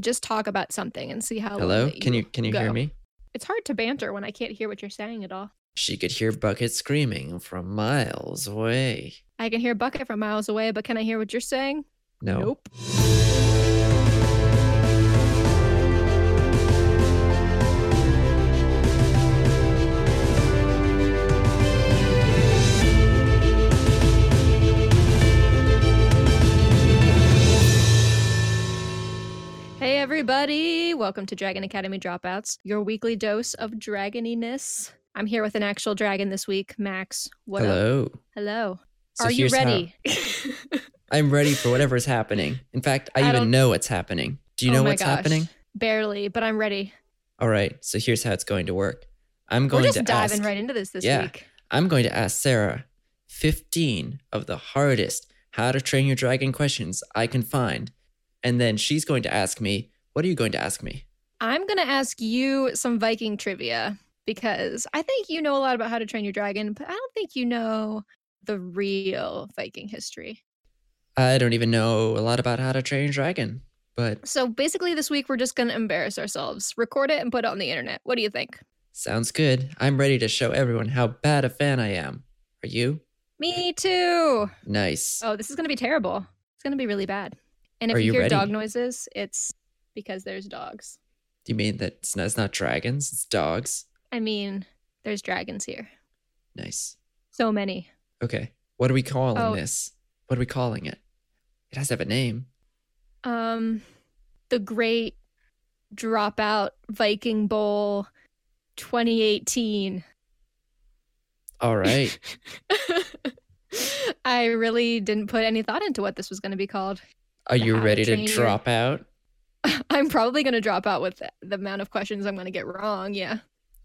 just talk about something and see how. long Hello? that Can you can you hear Oh, go. me? It's hard to banter when I can't hear what you're saying at all. She could hear Bucket screaming from miles away. I can hear Bucket from miles away, but can I hear what you're saying? No. Nope. Hey everybody, welcome to Dragon Academy Dropouts, your weekly dose of dragoniness. I'm here with an actual dragon this week, Max. What up? Hello. Hello. So Are you here's how- ready? I'm ready for whatever's happening. In fact, I, I even don't- know what's happening. Do you Oh know my what's gosh. happening? Barely, but I'm ready. All right. So here's how it's going to work. I'm going We're just to diving ask right into this this Yeah. week. I'm going to ask Sarah 15 of the hardest how to train your dragon questions I can find. And then she's going to ask me, What are you going to ask me? I'm going to ask you some Viking trivia because I think you know a lot about how to train your dragon, but I don't think you know the real Viking history. I don't even know a lot about how to train your dragon, but So basically, this week we're just going to embarrass ourselves, record it, and put it on the internet. What do you think? sounds good. I'm ready to show everyone how bad a fan I am. Are you? Me too. Nice. Oh, this is going to be terrible. It's going to be really bad. And if Are you, you hear dog ready? noises, it's because there's dogs. Do you mean that it's not, it's not dragons, it's dogs? I mean, there's dragons here. Nice. So many. Okay. What are we calling Oh. this? What are we calling it? It has to have a name. um the great dropout viking bowl 2018 All right. i really didn't put any thought into what this was going to be called Are you How to ready to Train Your- drop out? i'm probably going to drop out with the- the amount of questions i'm going to get wrong yeah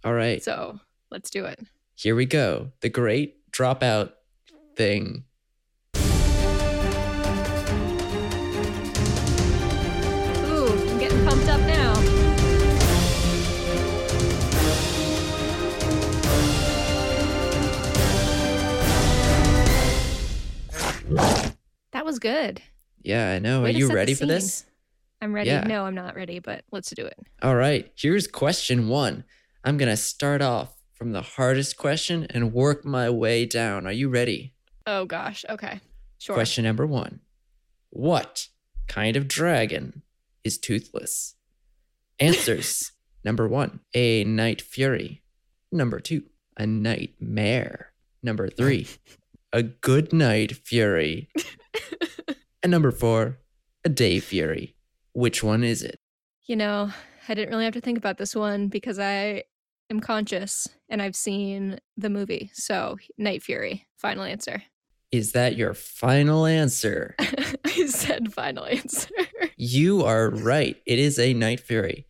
All right. so let's do it Here we go. The great dropout thing. ooh i'm getting pumped up now that was good Yeah, I know. Way Are to you set the ready for this? scene. I'm ready. Yeah. No, I'm not ready, but let's do it. All right. Here's question one. I'm going to start off from the hardest question and work my way down. Are you ready? Oh gosh. Okay. Sure. Question number one What kind of dragon is toothless? Answers number one, a night fury. Number two, a nightmare. Number three, a good night fury. and number four, a day fury. Which one is it? You know, I didn't really have to think about this one because I am conscious and I've seen the movie. So Night Fury. Final answer. Is that your final answer? I said final answer. You are right. It is a night fury.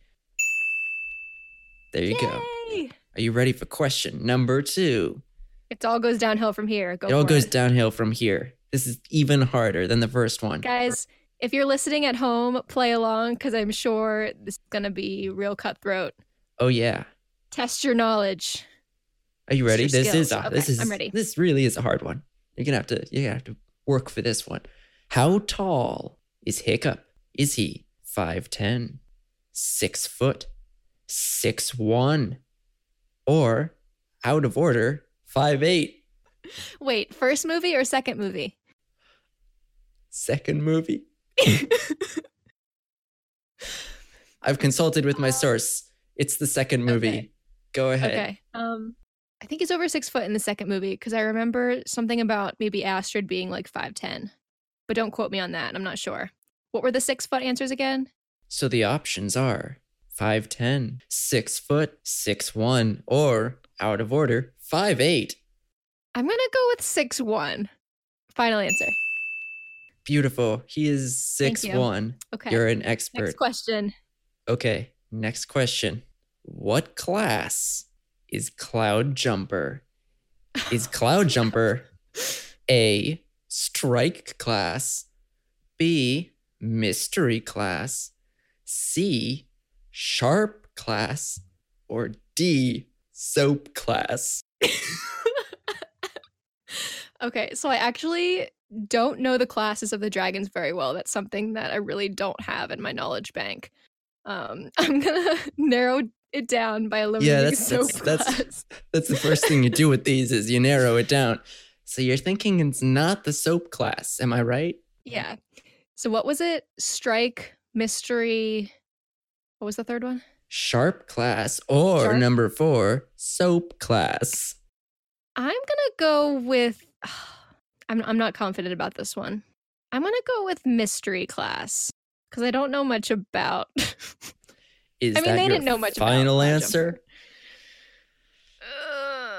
There you go. Yay! Are you ready for question number two? It all goes downhill from here. Go it all for goes downhill from here. This is even harder than the first one. Guys, if you're listening at home, play along because I'm sure this is gonna be real cutthroat. Oh yeah. Test your knowledge. Are you ready? your This is skills. a, this Okay, is I'm ready. this really is a hard one. You're gonna have to you're gonna have to work for this one. How tall is Hiccup? Is he five ten, six foot, six one, or out of order five eight? Wait, first movie or second movie? Second movie. I've consulted with my source. It's the second movie. Uh, Okay. Go ahead. Okay. Um, I think he's over six foot in the second movie because I remember something about maybe Astrid being like five ten, but don't quote me on that. I'm not sure. What were the six foot answers again? So the options are 5'10, 6 foot, 6'1, or out of order, 5'8. I'm gonna go with six one. Final answer. Beautiful. He is Thank six you. one. Okay. You're an expert. Next question. okay, next question. What class is Cloud Jumper? Is Cloud Jumper A, strike class, B, mystery class, C, sharp class, or D, soap class? Okay, so I actually don't know the classes of the dragons very well. That's something that I really don't have in my knowledge bank. Um, I'm gonna narrow it down by eliminating Yeah, that's that's, Sopras. that's that's the first thing you do with these is you narrow it down. So you're thinking it's not the soap class, am I right? yeah. So what was it? Strike, mystery. What was the third one? Sharp class or Sharp? number 4, soap class. I'm gonna go with. I'm I'm not confident about this one. I'm gonna go with mystery class because I don't know much about. Is I mean, that they your didn't know much about final Cloud answer?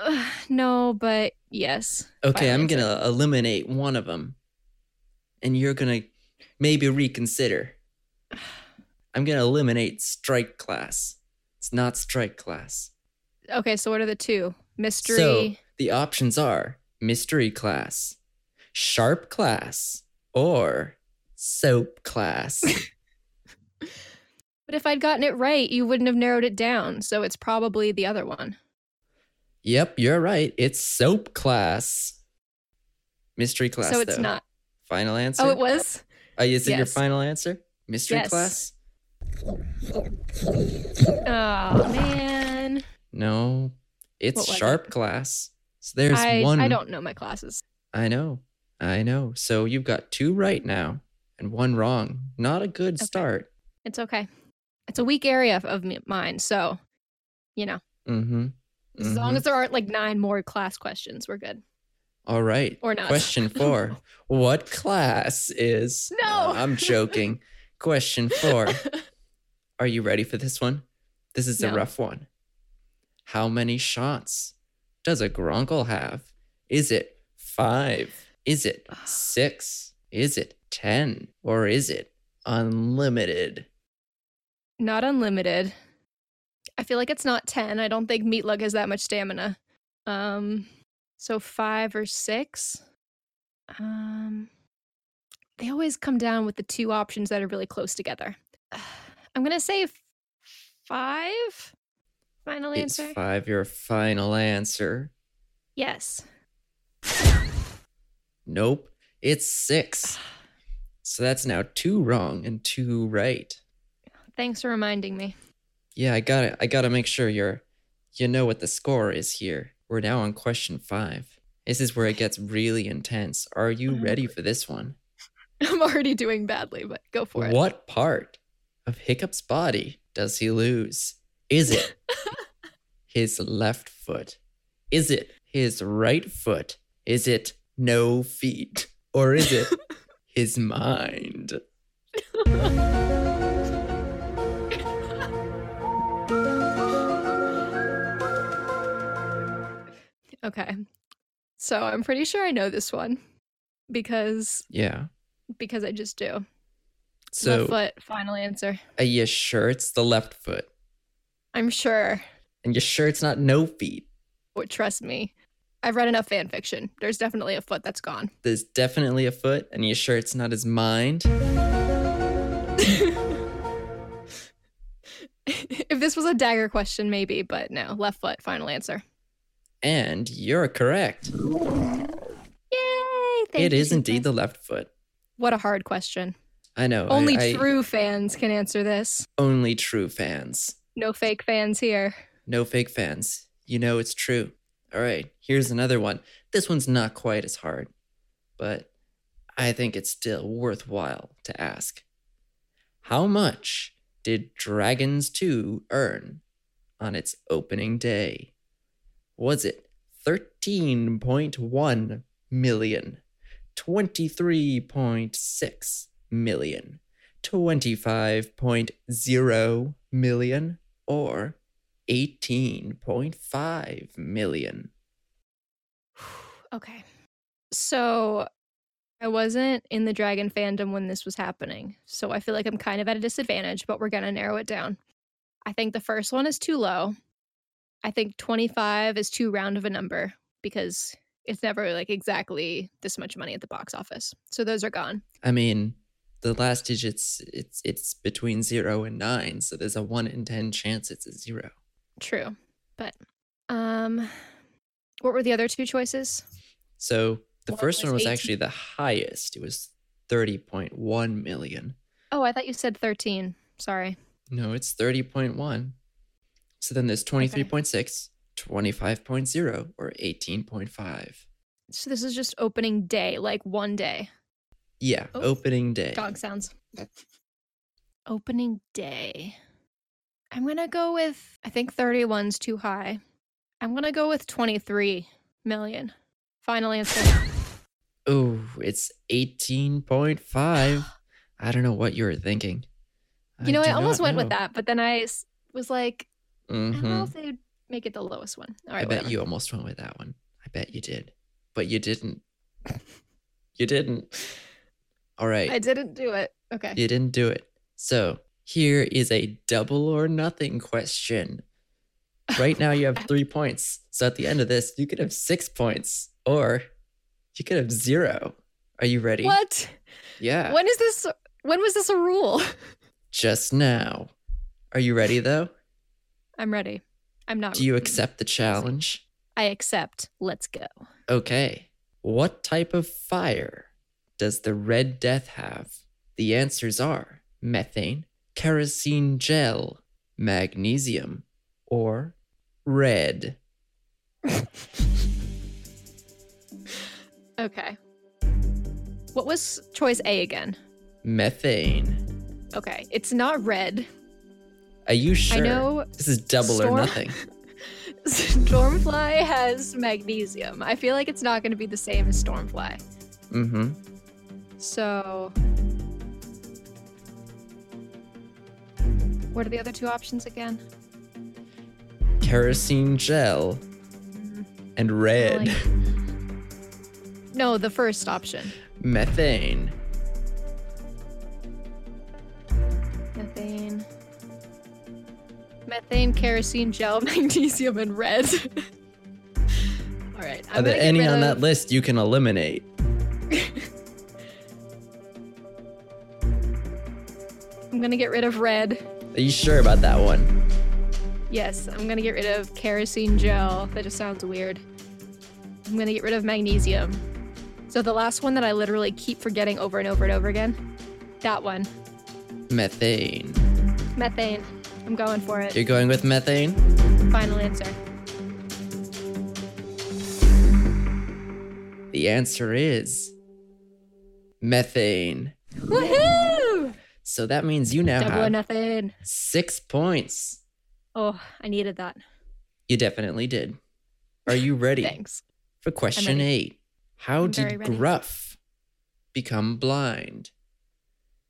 Ugh, no, but yes. Okay, Final I'm answer. going to eliminate one of them. And you're going to maybe reconsider. I'm going to eliminate strike class. It's not strike class. Okay, so what are the two? Mystery. So the options are mystery class, sharp class, or soap class. but if I'd gotten it right, you wouldn't have narrowed it down. So it's probably the other one. yep, you're right. It's soap class. Mystery class. so it's though. not. Final answer. Oh, it was. Uh, is it your yes. final answer? Mystery Yes. class. Oh man, No, it's What was sharp it? class. So there's I one. I don't know my classes. I know. I know. So you've got two right now and one wrong. Not a good Okay. start. It's okay. It's a weak area of me, mine, so you know. Mm-hmm. As long as there aren't like nine more class questions, we're good. All right. Or not. Question four. what class is uh, No. I'm joking. Question four. Are you ready for this one? This is a No. rough one. How many shots does a Gronkle have? Is it five? Is it six? Is it 10? Or is it unlimited? Not unlimited. I feel like it's not 10. I don't think Meat Lug has that much stamina. Um so 5 or 6. Um they always come down with the two options that are really close together. I'm going to say f- 5. Final It's answer? five, your final answer. Yes. Nope, it's six. So that's now two wrong and two right. Thanks for reminding me. Yeah, I got to I got to make sure you're you know what the score is here. We're now on question 5. This is where it gets really intense. Are you Mhm. ready for this one? I'm already doing badly, but go for it. What part of Hiccup's body does he lose? Is it his left foot? Is it his right foot? Is it no feet? Or is it his mind? Okay. So I'm pretty sure I know this one because Yeah. because I just do. So Left foot, final answer. are you sure it's the left foot? I'm sure. And you sure it's not no feet? Or trust me. I've read enough fan fiction. There's definitely a foot that's gone. There's definitely a foot, and you sure it's not his mind? if this was a dagger question, maybe, but no. Left foot, final answer. And you're correct. Yay! Thank it you, is indeed Cynthia. the left foot. What a hard question. I know. I- Only I- true fans can answer this. only true fans. No fake fans here. No fake fans. You know it's true. All right, here's another one. This one's not quite as hard, but I think it's still worthwhile to ask. How much did Dragons 2 earn on its opening day? Was it 13.1 million, 23.6 million, 25.0 million, or 18.5 million. Okay. So I wasn't in the dragon fandom when this was happening. So I feel like I'm kind of at a disadvantage, but we're going to narrow it down. I think the first one is too low. I think 25 is too round of a number because it's never like exactly this much money at the box office. So those are gone. I mean, the last digits it's it's between 0 and 9, so there's a 1 in 10 chance it's a 0. True. But um what were the other two choices? So the What first was one was 18? actually the highest. It was 30.1 million. Oh, I thought you said 13. Sorry. No, it's 30.1. So then there's 23.6, 25.0, or 18.5. So this is just opening day, like one day. Yeah, Oh, opening day. Dog sounds. Opening day. I'm going to go with, I think 31's too high. I'm going to go with 23 million. Final answer. Oh, it's 18.5. I don't know what you were thinking. you know, do I almost not went with know. that, but then I s- was like, I don't know Mhm. if they'd make it the lowest one. All I right, bet you almost went with that one. I bet you did. But you didn't. you didn't. All right. I didn't do it. Okay. You didn't do it. So here is a double or nothing question. Right now you have three points. So at the end of this, you could have six points or you could have zero. Are you ready? What? Yeah. When is this? When was this a rule? Just now. Are you ready though? I'm ready. I'm not. Do you accept the challenge? I accept. Let's go. Okay. What type of fire does the Red Death have? The answers are methane, kerosene gel, magnesium, or red. Okay. What was choice A again? Methane. Okay, it's not red. Are you sure? I know This is double Storm- or nothing. Stormfly has magnesium. I feel like it's not going to be the same as Stormfly. Mm-hmm. So. What are the other two options again? Kerosene gel and red. like- No, the first option. methane. Methane. Methane, kerosene, gel, magnesium, and red. All right. Are I'm gonna there get any rid on of- that list you can eliminate? I'm gonna get rid of red. Are you sure about that one? Yes, I'm gonna get rid of kerosene gel. That just sounds weird. I'm gonna get rid of magnesium. So the last one that I literally keep forgetting over and over and over again, that one, Methane. methane. I'm going for it. You're going with methane? Final answer. The answer is methane. Woohoo! Uh-huh. So that means you now Double or have nothing. six points. Oh, I needed that. You definitely did. Are you ready Thanks. for question ready. eight? How I'm very did ready. Gruff become blind?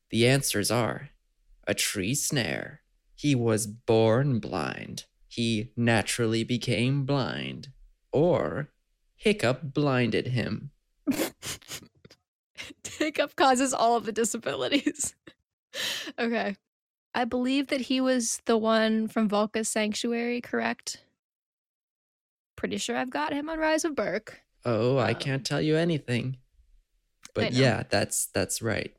The answers are a tree snare. He was born blind. He naturally became blind. Or Hiccup blinded him. Hiccup causes all of the disabilities. okay. I believe that he was the one from Volca's Sanctuary, correct? Pretty sure I've got him on Rise of Burke. Oh, I Um, can't tell you anything. But know. yeah, that's that's right.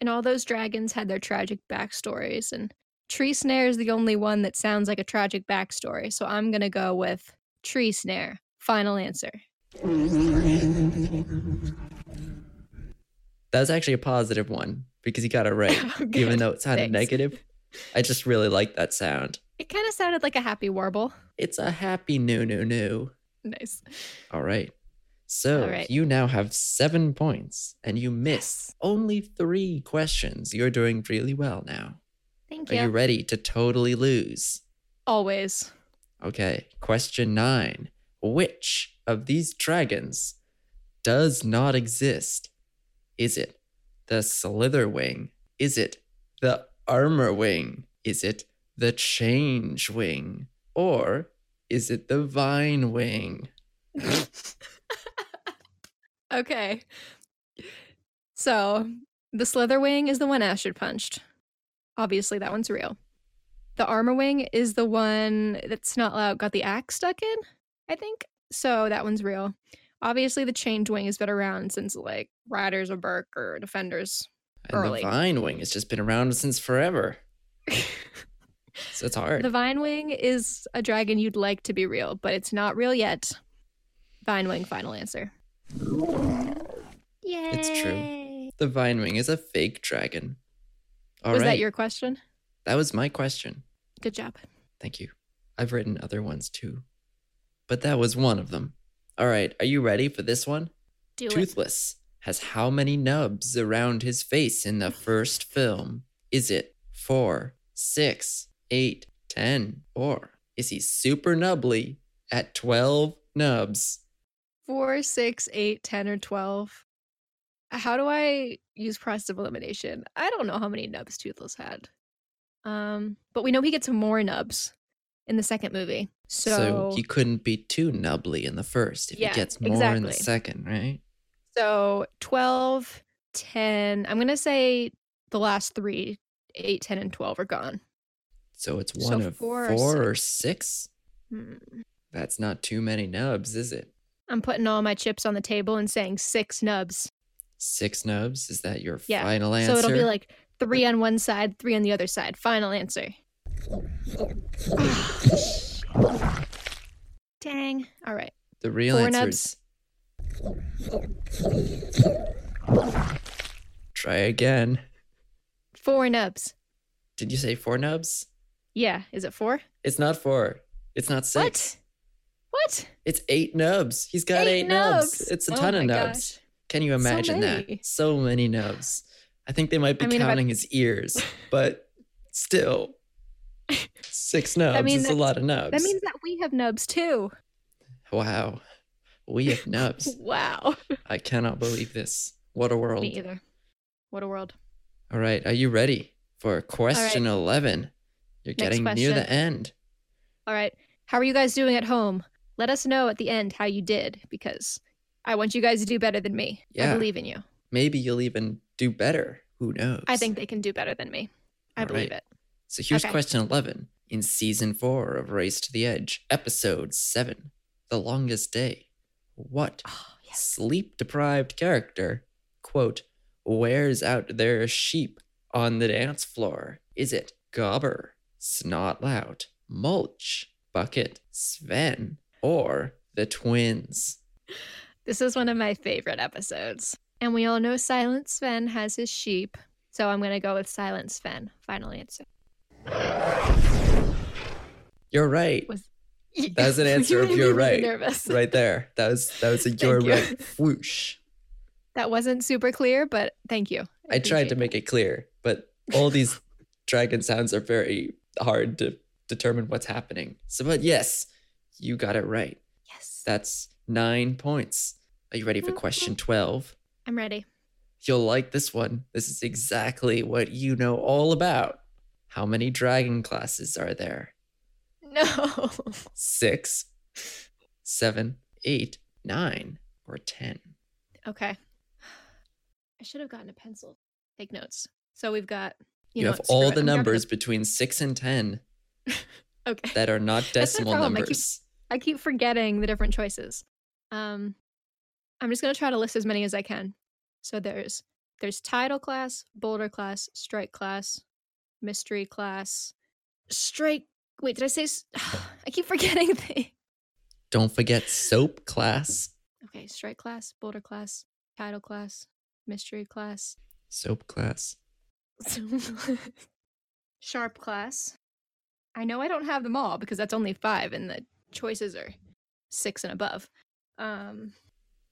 And all those dragons had their tragic backstories. And Tree Snare is the only one that sounds like a tragic backstory. So I'm going to go with Tree Snare. Final answer. That was actually a positive one because you got it right, even Good. though it Thanks. sounded negative. I just really like that sound. It kind of sounded like a happy warble. It's a happy new, new, new. Nice. All right. So All right. you now have seven points and you missed only three questions. You're doing really well now. Thank Are you. you ready to totally lose? Always. Okay. Question nine Which of these dragons does not exist? Is it the Slither Wing? Is it the Armor Wing? Is it the Change Wing? Or is it the Vine Wing? Okay. So the Slither Wing is the one Astrid punched. Obviously, that one's real. The Armor Wing is the one that's not loud, got the axe stuck in, I think. So that one's real. Obviously, the Chained Wing has been around since like Riders of Burke or Defenders. And Early. the Vine Wing has just been around since forever. so it's hard. The Vine Wing is a dragon you'd like to be real, but it's not real yet. Vine Wing, final answer. Yay. It's true. The Vine Wing is a fake dragon. All right. Was that your question? That was my question. Good job. Thank you. I've written other ones too, but that was one of them. All right, are you ready for this one? Do it. Toothless has how many nubs around his face in the first film? Is it four, six, eight, ten, or is he super nubbly at 12 nubs? Four, six, eight, ten, or twelve. How do I use process of elimination? I don't know how many nubs Toothless had. Um, but we know he gets more nubs in the second movie. So, he couldn't be too nubbly in the first if Yeah, he gets more in the exactly. second, right? So 12, 10. I'm going to say the last three, 8, 10, and 12 are gone. So it's So one of four four, or or six. Hmm. That's not too many nubs, is it? I'm putting all my chips on the table and saying six nubs. Six nubs? Is that your Yeah, final answer? So it'll be like three on one side, three on the other side. Final answer. Ah. Dang. All right. the real four answer nubs. is. Try again. Four nubs. Did you say four nubs? Yeah. Is it four? It's not four. It's not six. What? It's eight nubs. He's got eight, nubs. It's a Oh ton my of nubs. gosh. Can you imagine many. that? So many nubs. I think they might be I mean, if I- counting his ears, but still, six nubs mean is a that- lot of nubs. That means that we have nubs too. wow, we have nubs. Wow. I cannot believe this. What a world! Me either. What a world. All right, are you ready for question eleven? You're Next getting near the question. end. All right. How are you guys doing at home? Let us know at the end how you did because I want you guys to do better than me. I Yeah. believe in you. Maybe you'll even do better. Who knows? I think they can do better than me. I All believe right. it. So here's Okay. question 11 in season 4 of Race to the Edge, episode 7, The Longest Day. What Oh, yes. sleep deprived character, quote, wears out their sheep on the dance floor? Is it Gobber, Snotlout, Mulch, Bucket, Sven, or the twins? This is one of my favorite episodes. And we all know Silent Sven has his sheep. So I'm going to go with Silent Sven. Final answer. You're right. Was- That was an answer of made you're me really right. Nervous. Right there. That was that was a you're you. right whoosh. That wasn't super clear, but thank you. I tried to appreciate make it clear, but all these dragon sounds are very hard to determine what's happening. So, but yes, you got it right. it. Yes. That's nine points. Are you ready for question Mm-hmm. 12? I'm ready. You'll like this one. This is exactly what you know all about. How many dragon classes are there? No. Six, seven, eight, nine, or 10? Okay. I should have gotten a pencil. Take notes. So we've got You, know have what, screw all it, the I'm grabbing numbers between six and 10 a- okay. that are not That's the decimal problem, I keep- numbers. I keep forgetting the different choices. Um, I'm just gonna try to list as many as I can. So there's there's title class, boulder class, strike class, mystery class, strike. Wait, did I say? s- I keep forgetting things. Don't forget soap class. Okay, strike class, boulder class, title class, mystery class, Soap class. sharp class. I know I don't have them all because that's only five, and the choices are six and above. Um,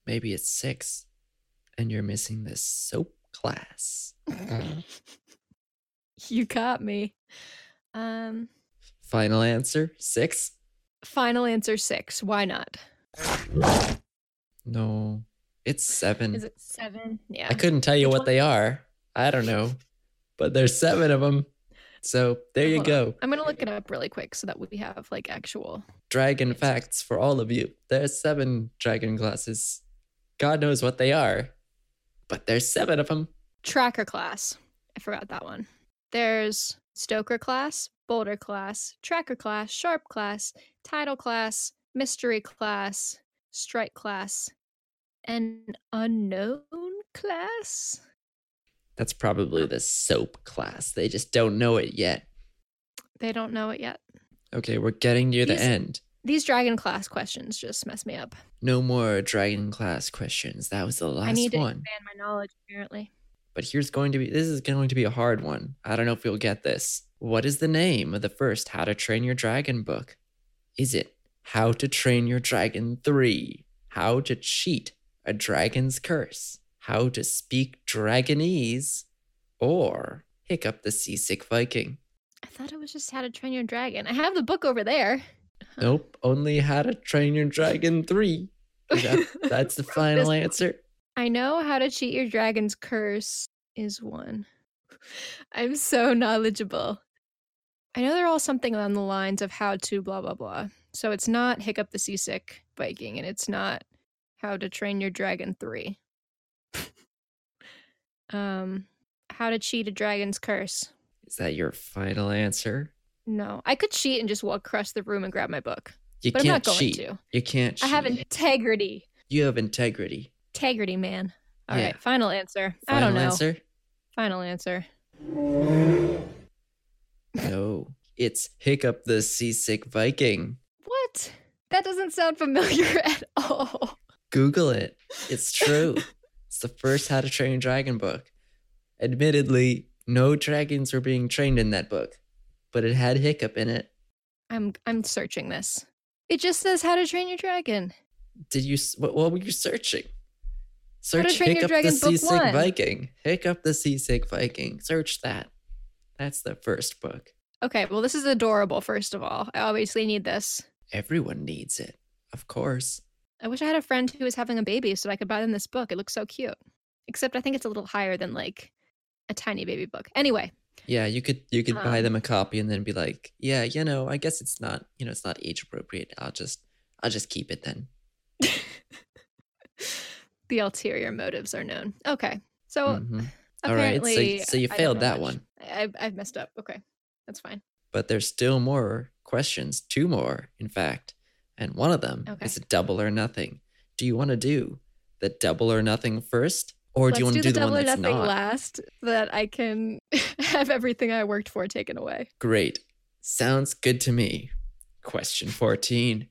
Maybe it's six, and you're missing this soap class. you got me. Um, Final answer six? final answer six. Why not? No, it's seven. Is it seven? Yeah. Mm. I couldn't tell you Which what one? they are. I don't know, but there's seven of them. So there you Hold go. I'm gonna look it up really quick so that we have like actual. Dragon Yes. facts for all of you. There's seven dragon classes. God knows what they are, but there's seven of them. Tracker class. I forgot that one. There's Stoker class, Boulder class, Tracker class, Sharp class, Title class, Mystery class, Strike class, and Unknown class. That's probably the soap class. They just don't know it yet. They don't know it yet. Okay, we're getting near the These- end. These Dragon class questions just mess me up. No more dragon class questions. That was the I last need to one. expand my knowledge apparently. But here's going to be this is going to be a hard one. I don't know if you'll get this. What is the name of the first How to Train Your Dragon book? Is it How to Train Your Dragon 3? How to Cheat a Dragon's Curse? How to Speak Dragonese? Or Hiccup the Seasick Viking? I thought it was just How to Train Your Dragon. I have the book over there. Nope, only How to Train Your Dragon 3. That- that's the final answer. I know how to cheat your dragon's curse is one. I'm so knowledgeable. I know they're all something on the lines of how to blah blah blah. So it's not Hiccup the Seasick Viking and it's not How to Train Your Dragon 3. um How to Cheat a Dragon's Curse. Is that your final answer? No. I could cheat and just walk across the room and grab my book. You But I'm can't not going cheat. to. You can't I cheat. have integrity. You have integrity. Integrity, man. All right, Yeah. final answer. Final I don't know. answer? Final answer. No. It's Hiccup the Seasick Viking. What? That doesn't sound familiar at all. Google it. It's true. it's the first How to Train Your Dragon book. Admittedly, no dragons were being trained in that book, but it had Hiccup in it. I'm I'm searching this. It just says how to train your dragon. Did you? s- What, what were you searching? How to Search Train Your Hiccup the Dragon book Seasick one. Viking. Hiccup the Seasick Viking. Search that. That's the first book. Okay, well this is adorable first of all. I obviously need this. Everyone needs it, of course. I wish I had a friend who was having a baby so I could buy them this book. It looks so cute. Except I think it's a little higher than like a tiny baby book. Anyway, Yeah, you could you could buy Um, them a copy and then be like, yeah, you know, I guess it's not you know it's not age appropriate. I'll just I'll just keep it then. the ulterior motives are known. Okay. So Mhm. All right, apparently so so you I don't failed know that much. one, I I've- I've messed up. Okay. That's fine. but there's still more questions, two more, in fact, and one of them Okay. is a double or nothing. Do you want to do the double or nothing first, or do you want to do, the, one double or that's nothing not? last so that I can have everything I worked for taken away? Great, sounds good to me. Question fourteen: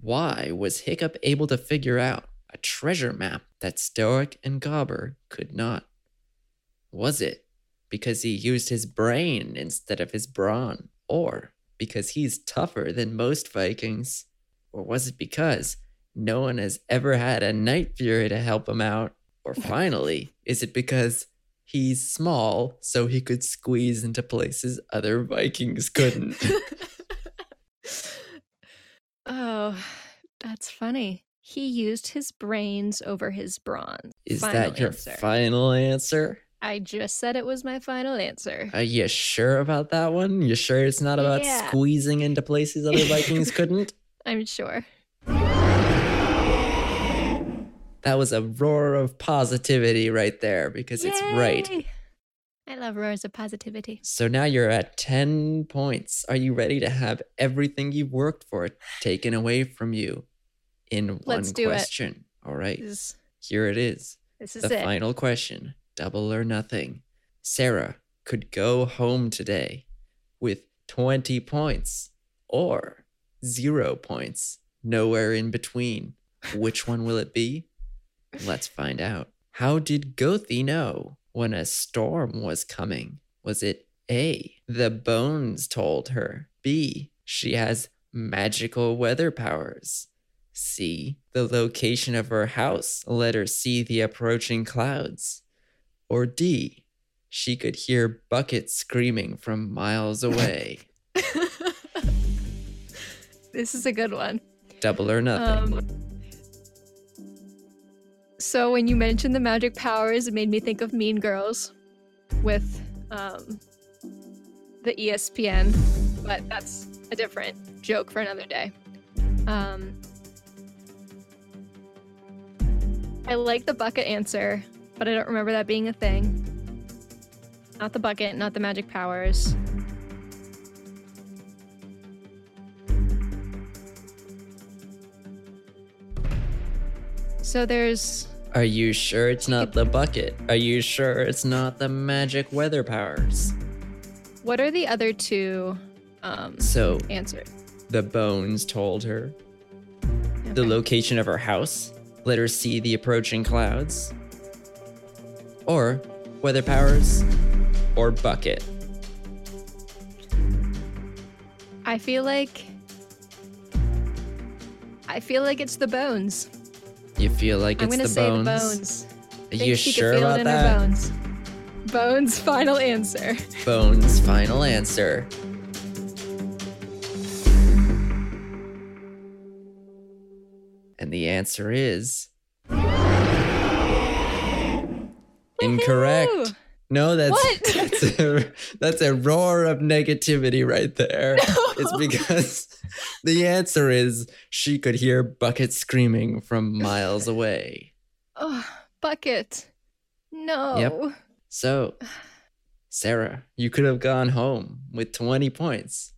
Why was Hiccup able to figure out a treasure map that Stoic and Gobber could not? Was it because he used his brain instead of his brawn? Or because he's tougher than most Vikings? Or was it because no one has ever had a Night Fury to help him out? Or finally, is it because he's small so he could squeeze into places other Vikings couldn't? oh, that's funny. He used his brains over his bronze. Is Final that your answer. final answer? I just said it was my final answer. Are you sure about that one? You sure it's not about Yeah. squeezing into places other Vikings couldn't? I'm sure. That was a roar of positivity right there because it's right. Yay! I love roars of positivity. So now you're at 10 points. Are you ready to have everything you've worked for taken away from you in one Let's do it. question? All right, This is, here it is. this is The it. final question double or nothing. Sarah could go home today with 20 points or zero points, nowhere in between. Which one will it be? Let's find out. How did Gothi know when a storm was coming? Was it A, the bones told her? B, she has magical weather powers? C, the location of her house let her see the approaching clouds? Or D, she could hear buckets screaming from miles away? this is a good one. Double or nothing. Um, so when you mentioned the magic powers, it made me think of Mean Girls with um, the E ESPN, but that's a different joke for another day. Um, I like the bucket answer, but I don't remember that being a thing. Not the bucket, not the magic powers. So there's Are you sure it's not the bucket? Are you sure it's not the magic weather powers? what are the other two um, So, answers? the bones told her the Okay. location of her house, let her see the approaching clouds, or weather powers, or bucket. I feel like. I feel like it's the bones. You feel like I'm it's gonna the say bones. the bones. Are Think you she could sure feel about it in that? her bones. Bones. Final answer. Bones, final answer. And the answer is incorrect. Woohoo! No, that's What? that's, a, that's a roar of negativity right there. It's because the answer is she could hear buckets screaming from miles away. Oh, bucket. No. So, Sarah, you could have gone home with 20 points,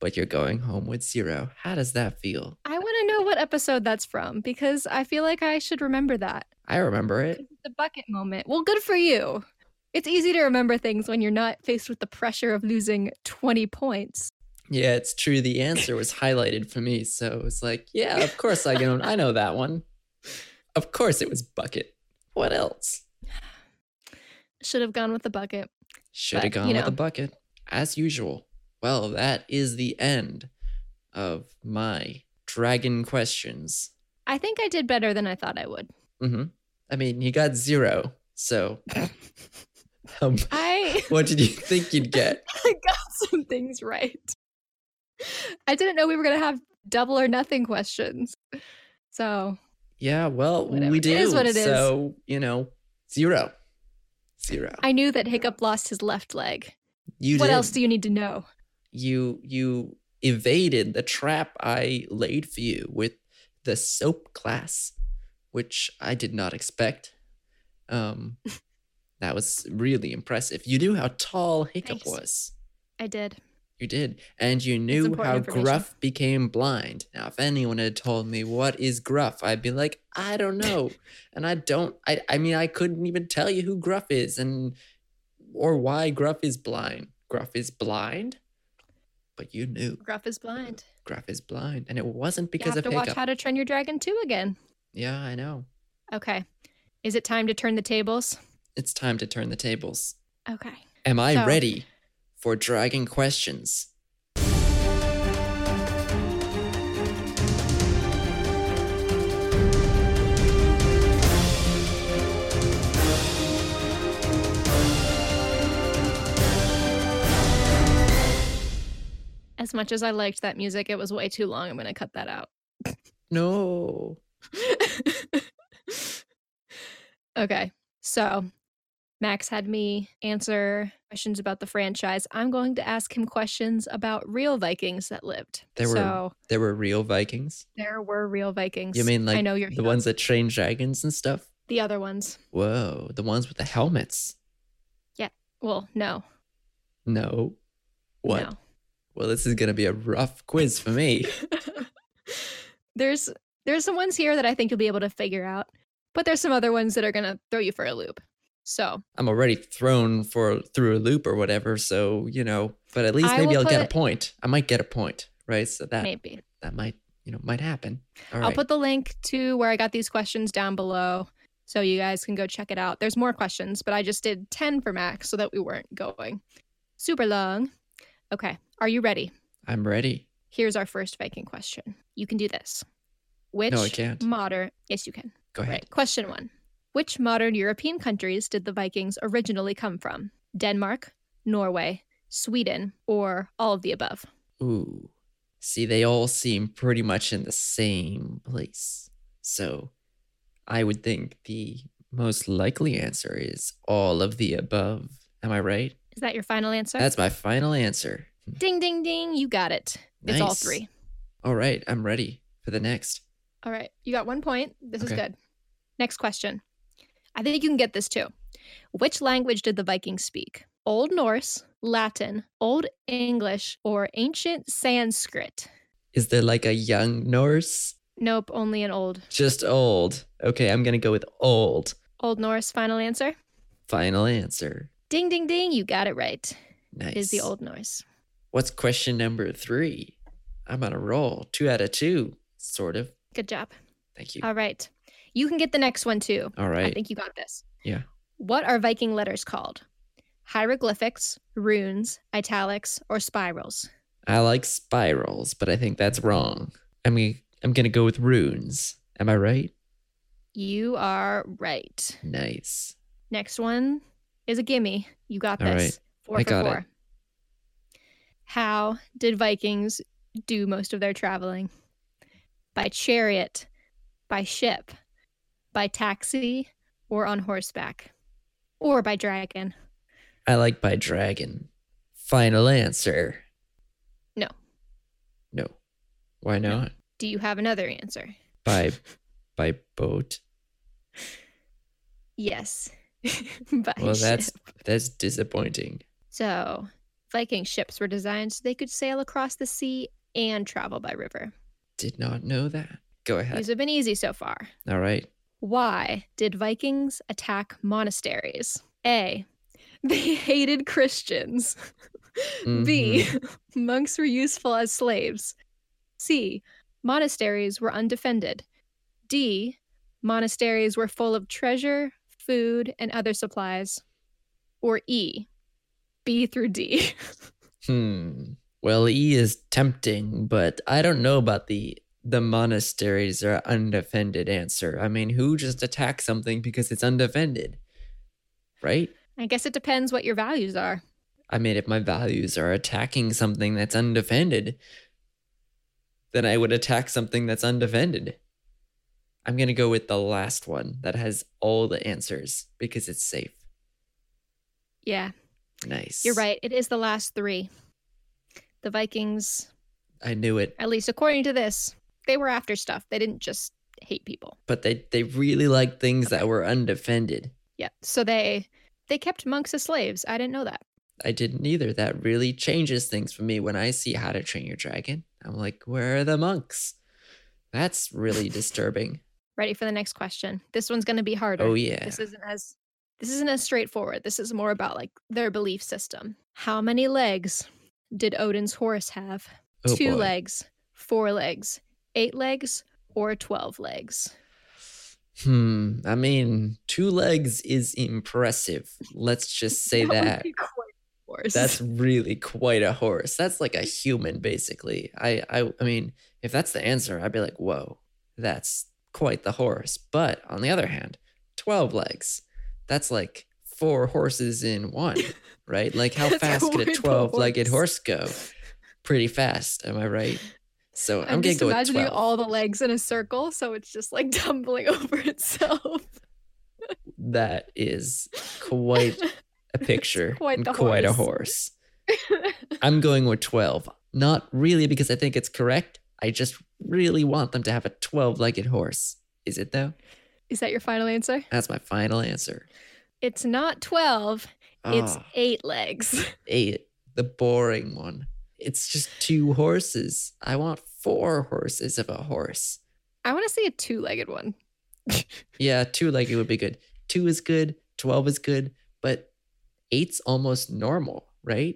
but you're going home with zero. How does that feel? I want to know what episode that's from because I feel like I should remember that. I remember it. The bucket moment. Well, good for you. It's easy to remember things when you're not faced with the pressure of losing 20 points. Yeah, it's true. The answer was highlighted for me. So it's like, yeah, of course I know. I know that one. Of course it was Bucket. What else? Should have gone with the bucket. Should have But, gone you with a know. bucket, as usual. Well, that is the end of my dragon questions. I think I did better than I thought I would. hmm I mean, you got zero. So, um, I what did you think you'd get? I got some things right. I didn't know we were going to have double or nothing questions. So, Yeah, well, Whatever. we It do. is what it is. So, you know, zero. Zero. I knew that Hiccup lost his left leg. you what did. else do you need to know? you you evaded the trap I laid for you with the soap class, which I did not expect. Um, that was really impressive. You knew how tall Hiccup Thanks. was. I did. You did, and you knew important how information. Gruff became blind. Now, if anyone had told me what is Gruff, I'd be like, I don't know, and I don't. I I mean, I couldn't even tell you who Gruff is and or why Gruff is blind. Gruff is blind, but you knew Gruff is blind. Gruff is blind, and it wasn't you because have of to Hiccup. watch How to Train Your Dragon 2 again. yeah, I know. Okay. Is it time to turn the tables? It's time to turn the tables. Okay. Am I So- ready for dragon questions? As much as I liked that music, it was way too long. I'm going to cut that out. No. okay. So, Max had me answer questions about the franchise. I'm going to ask him questions about real Vikings that lived. There were- so, There were real Vikings. there were real Vikings. You mean like I know you're the ones that train dragons and stuff? the other ones. Whoa, the ones with the helmets. Well, no. No. What? No. Well, this is going to be a rough quiz for me. there's there's some ones here that I think you'll be able to figure out, but there's some other ones that are gonna throw you for a loop. So I'm already thrown for through a loop or whatever, so, you know, but at least I maybe will I'll get a put- point. I might get a point, right? So that maybe that might, you know, might happen. All I'll right. put the link to where I got these questions down below, so you guys can go check it out. There's more questions, but I just did ten for max so that we weren't going super long. Okay, are you ready? I'm ready. Here's our first Viking question. You can do this. Which no, I can't. modern? Yes, you can. Go ahead. Right. Question one Which modern European countries did the Vikings originally come from? Denmark, Norway, Sweden, or all of the above? Ooh. See, they all seem pretty much in the same place. So I would think the most likely answer is all of the above. Am I right? Is that your final answer? That's my final answer. ding, ding, ding. You got it. It's all Nice. three. All right, I'm ready for the next. All right. You got one point. This is Okay. good. Next question. I think you can get this too. Which language did the Vikings speak? Old Norse, Latin, Old English, or ancient Sanskrit? Is there like a young Norse? Nope, only an old. Just old. Okay, I'm going to go with old. Old Norse, final answer? Final answer. Ding, ding, ding. You got it right. Nice. is the old noise. What's question number three? I'm on a roll. Two out of two, sort of. Good job. Thank you. All right. You can get the next one too. All Uh, I right. think you got this. Yeah. What are Viking letters called? Hieroglyphics, runes, italics, or spirals? I like spirals, but I think that's wrong. I mean, I'm gonna go with runes. Am I right? You are right. Nice. Next one is a gimme. You got All this. right. Four I for got it. four. How did Vikings do most of their traveling? By chariot, by ship, by taxi, or on horseback, or by dragon. I like by dragon. Final answer. No. No. Why No. not? Do you have another answer? By by boat. Yes. by Well, that's ship. that's disappointing. So, Viking ships were designed so they could sail across the sea and travel by river. Did not know that. Go ahead. These have been easy so far. All right. Why did Vikings attack monasteries? A. They hated Christians. B. Monks were useful as slaves. C. Monasteries were undefended. D. Monasteries were full of treasure, food, and other supplies. Or E. B through D. Hmm. Well, E is tempting, but I don't know about the the monasteries are undefended answer. I mean, who just attacks something because it's undefended? Right? I guess it depends what your values are. I mean, if my values are attacking something that's undefended, then I would attack something that's undefended. I'm going to go with the last one that has all the answers because it's safe. Yeah, Nice. you're right. It is the last three. The Vikings, I knew it. at least according to this, they were after stuff. They didn't just hate people. But they, they really liked things that were undefended. Yeah. So they they kept monks as slaves. I didn't know that. I didn't either. That really changes things for me when I see How to Train Your Dragon. I'm like, where are the monks? That's really disturbing. Ready for the next question. This one's going to be harder. Oh, yeah. This isn't as this isn't as straightforward. This is more about like their belief system. How many legs did Odin's horse have? Oh, Two boy. legs, four legs, eight legs, or 12 legs? Hmm. I mean, two legs is impressive. Let's just say would that. be quite a horse. That's really quite a horse. That's like a human, basically. I, I, I mean, if that's the answer, I'd be like, whoa, that's quite the horse. But on the other hand, twelve legs. That's like four horses in one, right? Like, how That's fast could quite a the twelve-legged horse. horse go? Pretty fast, am I right? So I'm, I'm, gonna just go with imagining twelve. all the legs in a circle, so it's just like tumbling over itself. that is quite a picture quite and the quite a horse. I'm going with 12. Not really because I think it's correct. I just really want them to have a 12 legged horse. Is it though? Is that your final answer? That's my final answer. It's not 12, it's Ah, eight legs. eight, the boring one. It's just two horses. I want four horses of a horse. I want to say a two legged one. Yeah, two legged would be good. Two is good, 12 is good, but eight's almost normal, right?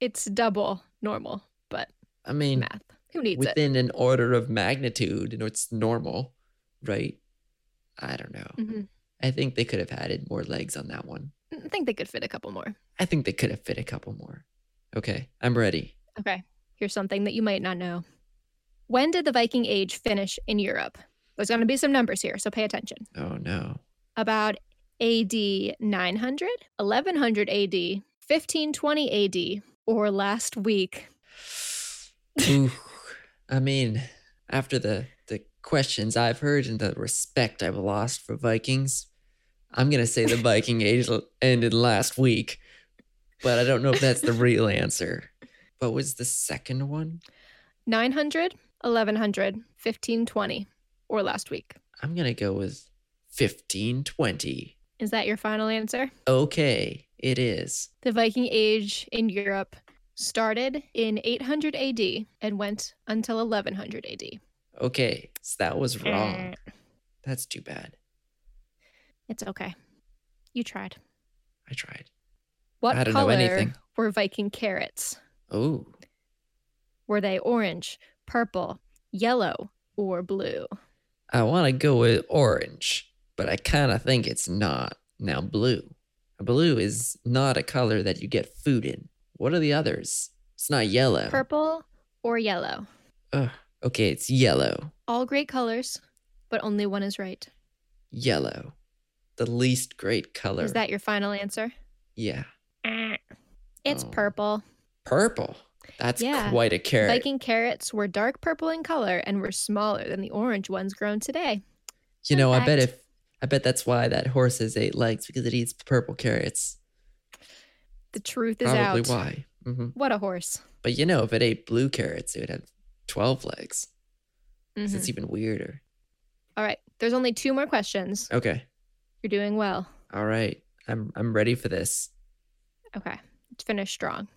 It's double normal, but I mean, math. Who needs it? within an order of magnitude and it's normal, right? I don't know. Mhm. I think they could have added more legs on that one. Mm, I think they could fit a couple more. I think they could have fit a couple more. Okay, I'm ready. Okay. Here's something that you might not know. When did the Viking Age finish in Europe? There's going to be some numbers here, so pay attention. Oh no. About AD 900, 1100 AD, 1520 AD, or last week? Ooh, I mean, after the the questions I've heard and the respect I've lost for Vikings, I'm gonna say the Viking age l- ended last week, but I don't know if that's the real answer. What was the second one? 900, 1100, 1520, or last week? I'm gonna go with fifteen twenty. Is that your final answer? Okay, it is. The Viking Age in Europe started in 800 AD and went until 1100 AD. Okay, so that was Mm. wrong. That's too bad. It's okay. You tried. I tried. What I don't know color anything. were Viking carrots? Oh, Were they orange, purple, yellow, or blue? I want to go with orange, but I kind of think it's not. Now, blue. Blue is not a color that you get food in. What are the others? It's not yellow. Purple or yellow. Ugh. Okay, it's yellow. All great colors, but only one is right. Yellow. The least great color. Is that your final answer? Yeah. Ah, It's Oh. purple. Purple. That's Yeah. quite a carrot. Viking carrots were dark purple in color and were smaller than the orange ones grown today. you know, I bet Perfect. if I bet that's why that horse has eight legs because it eats purple carrots. The truth is Probably out. why. hmm What a horse. But you know, if it ate blue carrots, it would have twelve legs. 'cause Mhm. It's even weirder. All right. There's only two more questions. Okay. You're doing well. All right. I'm I'm ready for this. Okay. Let's finish strong.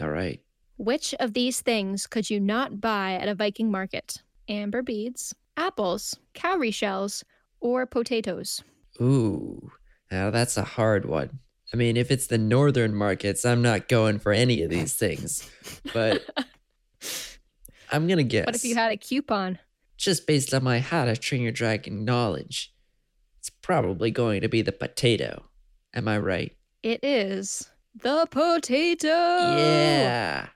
All right. Which of these things could you not buy at a Viking market? Amber beads, apples, cowrie shells, or potatoes? Ooh, now that's a hard one. I mean, if it's the northern markets, I'm not going for any of these things. But I'm gonna guess. What if you had a coupon? just based on my how to train your dragon knowledge, it's probably going to be the potato. Am I right? It is the potato. Yeah.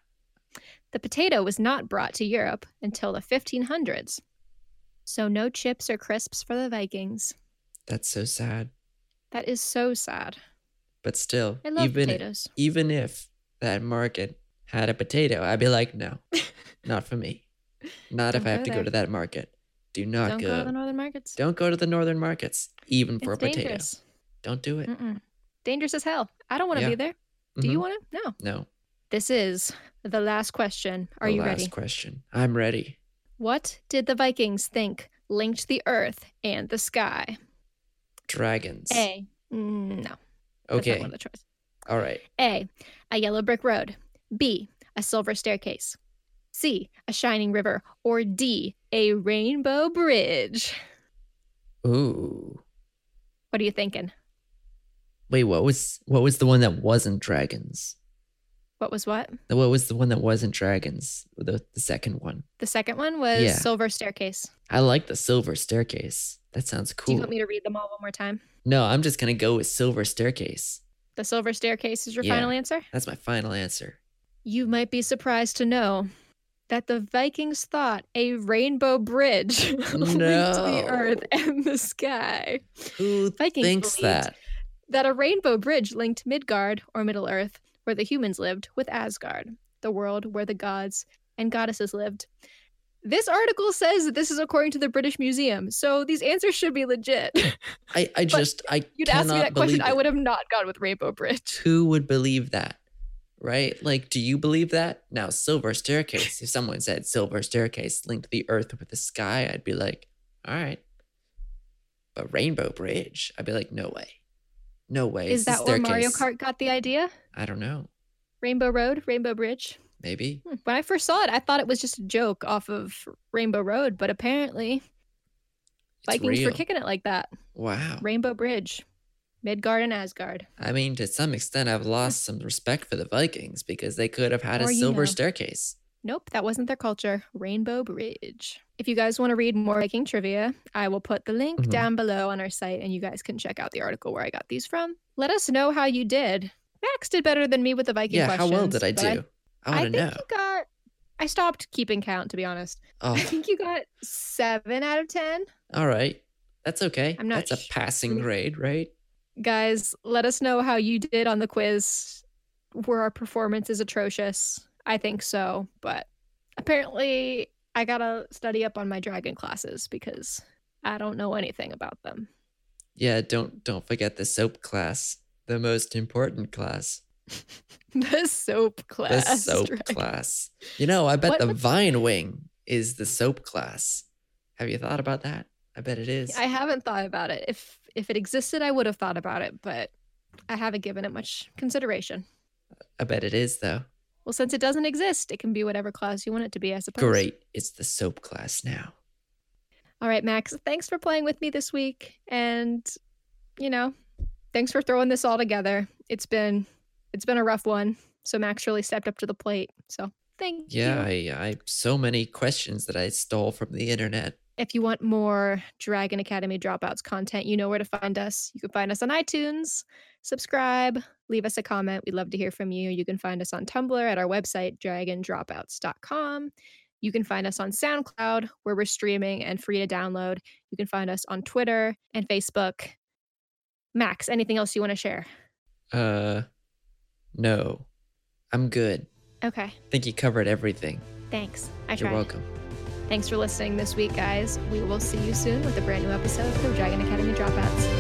The potato was not brought to Europe until the 1500s. So no chips or crisps for the Vikings. That's so sad. That is so sad. But still, I love even potatoes. even if that market had a potato, I'd be like, no, not for me. Not if Don't I have go to go there. to that market. Do not Don't go. go. to the northern markets. Don't go to the northern markets, even for it's a potato. dangerous. Don't do it. Mm-mm. Dangerous as hell. I don't want to Yeah. be there. Do you want to? No. Mhm. No. This is the last question. Are the you last ready? question. I'm ready. What did the Vikings think linked the earth and the sky? Dragons. A. Mm, No. That's not okay. one of the choices. All right. A. A yellow brick road. B. A silver staircase. C. A shining river. Or D. A rainbow bridge. Ooh. What are you thinking? Wait, what was what was the one that wasn't dragons? What was what? The- What was the one that wasn't dragons? The, the second one. The second one was Yeah. silver staircase. I like the silver staircase. That sounds Do cool. you want me to read them all one more time? no, I'm just gonna go with silver staircase. The silver staircase is your Yeah. final answer? That's my final answer. You might be surprised to know that the Vikings thought a rainbow bridge linked the earth No. and the sky. Who Vikings thinks believed that? That a rainbow bridge linked Midgard, or Middle Earth, where the humans lived, with Asgard, the world where the gods and goddesses lived. This article says that this is according to the British Museum, so these answers should be legit. I, I just I You'd cannot ask me that question, believe I it. would have not gone with Rainbow Bridge. who would believe that? Right? Like, do you believe that? Now, silver staircase. If someone said silver staircase linked the earth with the sky, I'd be like, all right. But rainbow bridge, I'd be like, no way. No way. Is it's a that where Mario staircase. Kart got the idea? I don't know. Rainbow Road, Rainbow Bridge? Maybe. Hmm, When I first saw it, I thought it was just a joke off of Rainbow Road, but apparently It's Vikings real. were kicking it like that. Wow. Rainbow Bridge, Midgard and Asgard. I mean, to some extent, I've lost some respect for the Vikings because they could have had a Or, you silver know. staircase. Nope, that wasn't their culture. Rainbow Bridge. If you guys want to read more Viking trivia, I will put the link Mhm. down below on our site and you guys can check out the article where I got these from. Let us know how you did. Max did better than me with the Viking Yeah, how questions. well did I but do? I, I, want to think know. you got I stopped keeping count to be honest. I Oh, think you got 7 out of 10. all right. That's okay. I'm not That's a sh- hmm. passing grade, right? guys let us know how you did on the quiz were our performances atrocious i think so but apparently i gotta study up on my dragon classes because i don't know anything about them Yeah, don't don't forget the soap class, the most important class, the soap class the soap right? class. You know, I bet What the was- vine wing is the soap class. Have you thought about that? I bet it is. i haven't thought about it if if it existed i would have thought about it but i haven't given it much consideration I bet it is though. well since it doesn't exist it can be whatever class you want it to be i suppose Great, it's the soap class now. All right, Max, thanks for playing with me this week. And, you know, thanks for throwing this all together. It's been it's been a rough one. So Max really stepped up to the plate. So thank Yeah, you. I, I so many questions that I stole from the internet. If you want more Dragon Academy Dropouts content, you know where to find us. You can find us on iTunes, subscribe, leave us a comment. We'd love to hear from you. You can find us on Tumblr at our website, dragondropouts.com. You can find us on SoundCloud, where we're streaming and free to download. You can find us on Twitter and Facebook. Max, anything else you want to share? Uh, no, I'm good. Okay, I think you covered everything. thanks. I You're tried. welcome. Thanks for listening this week, guys. We will see you soon with a brand new episode of Dragon Academy Dropouts.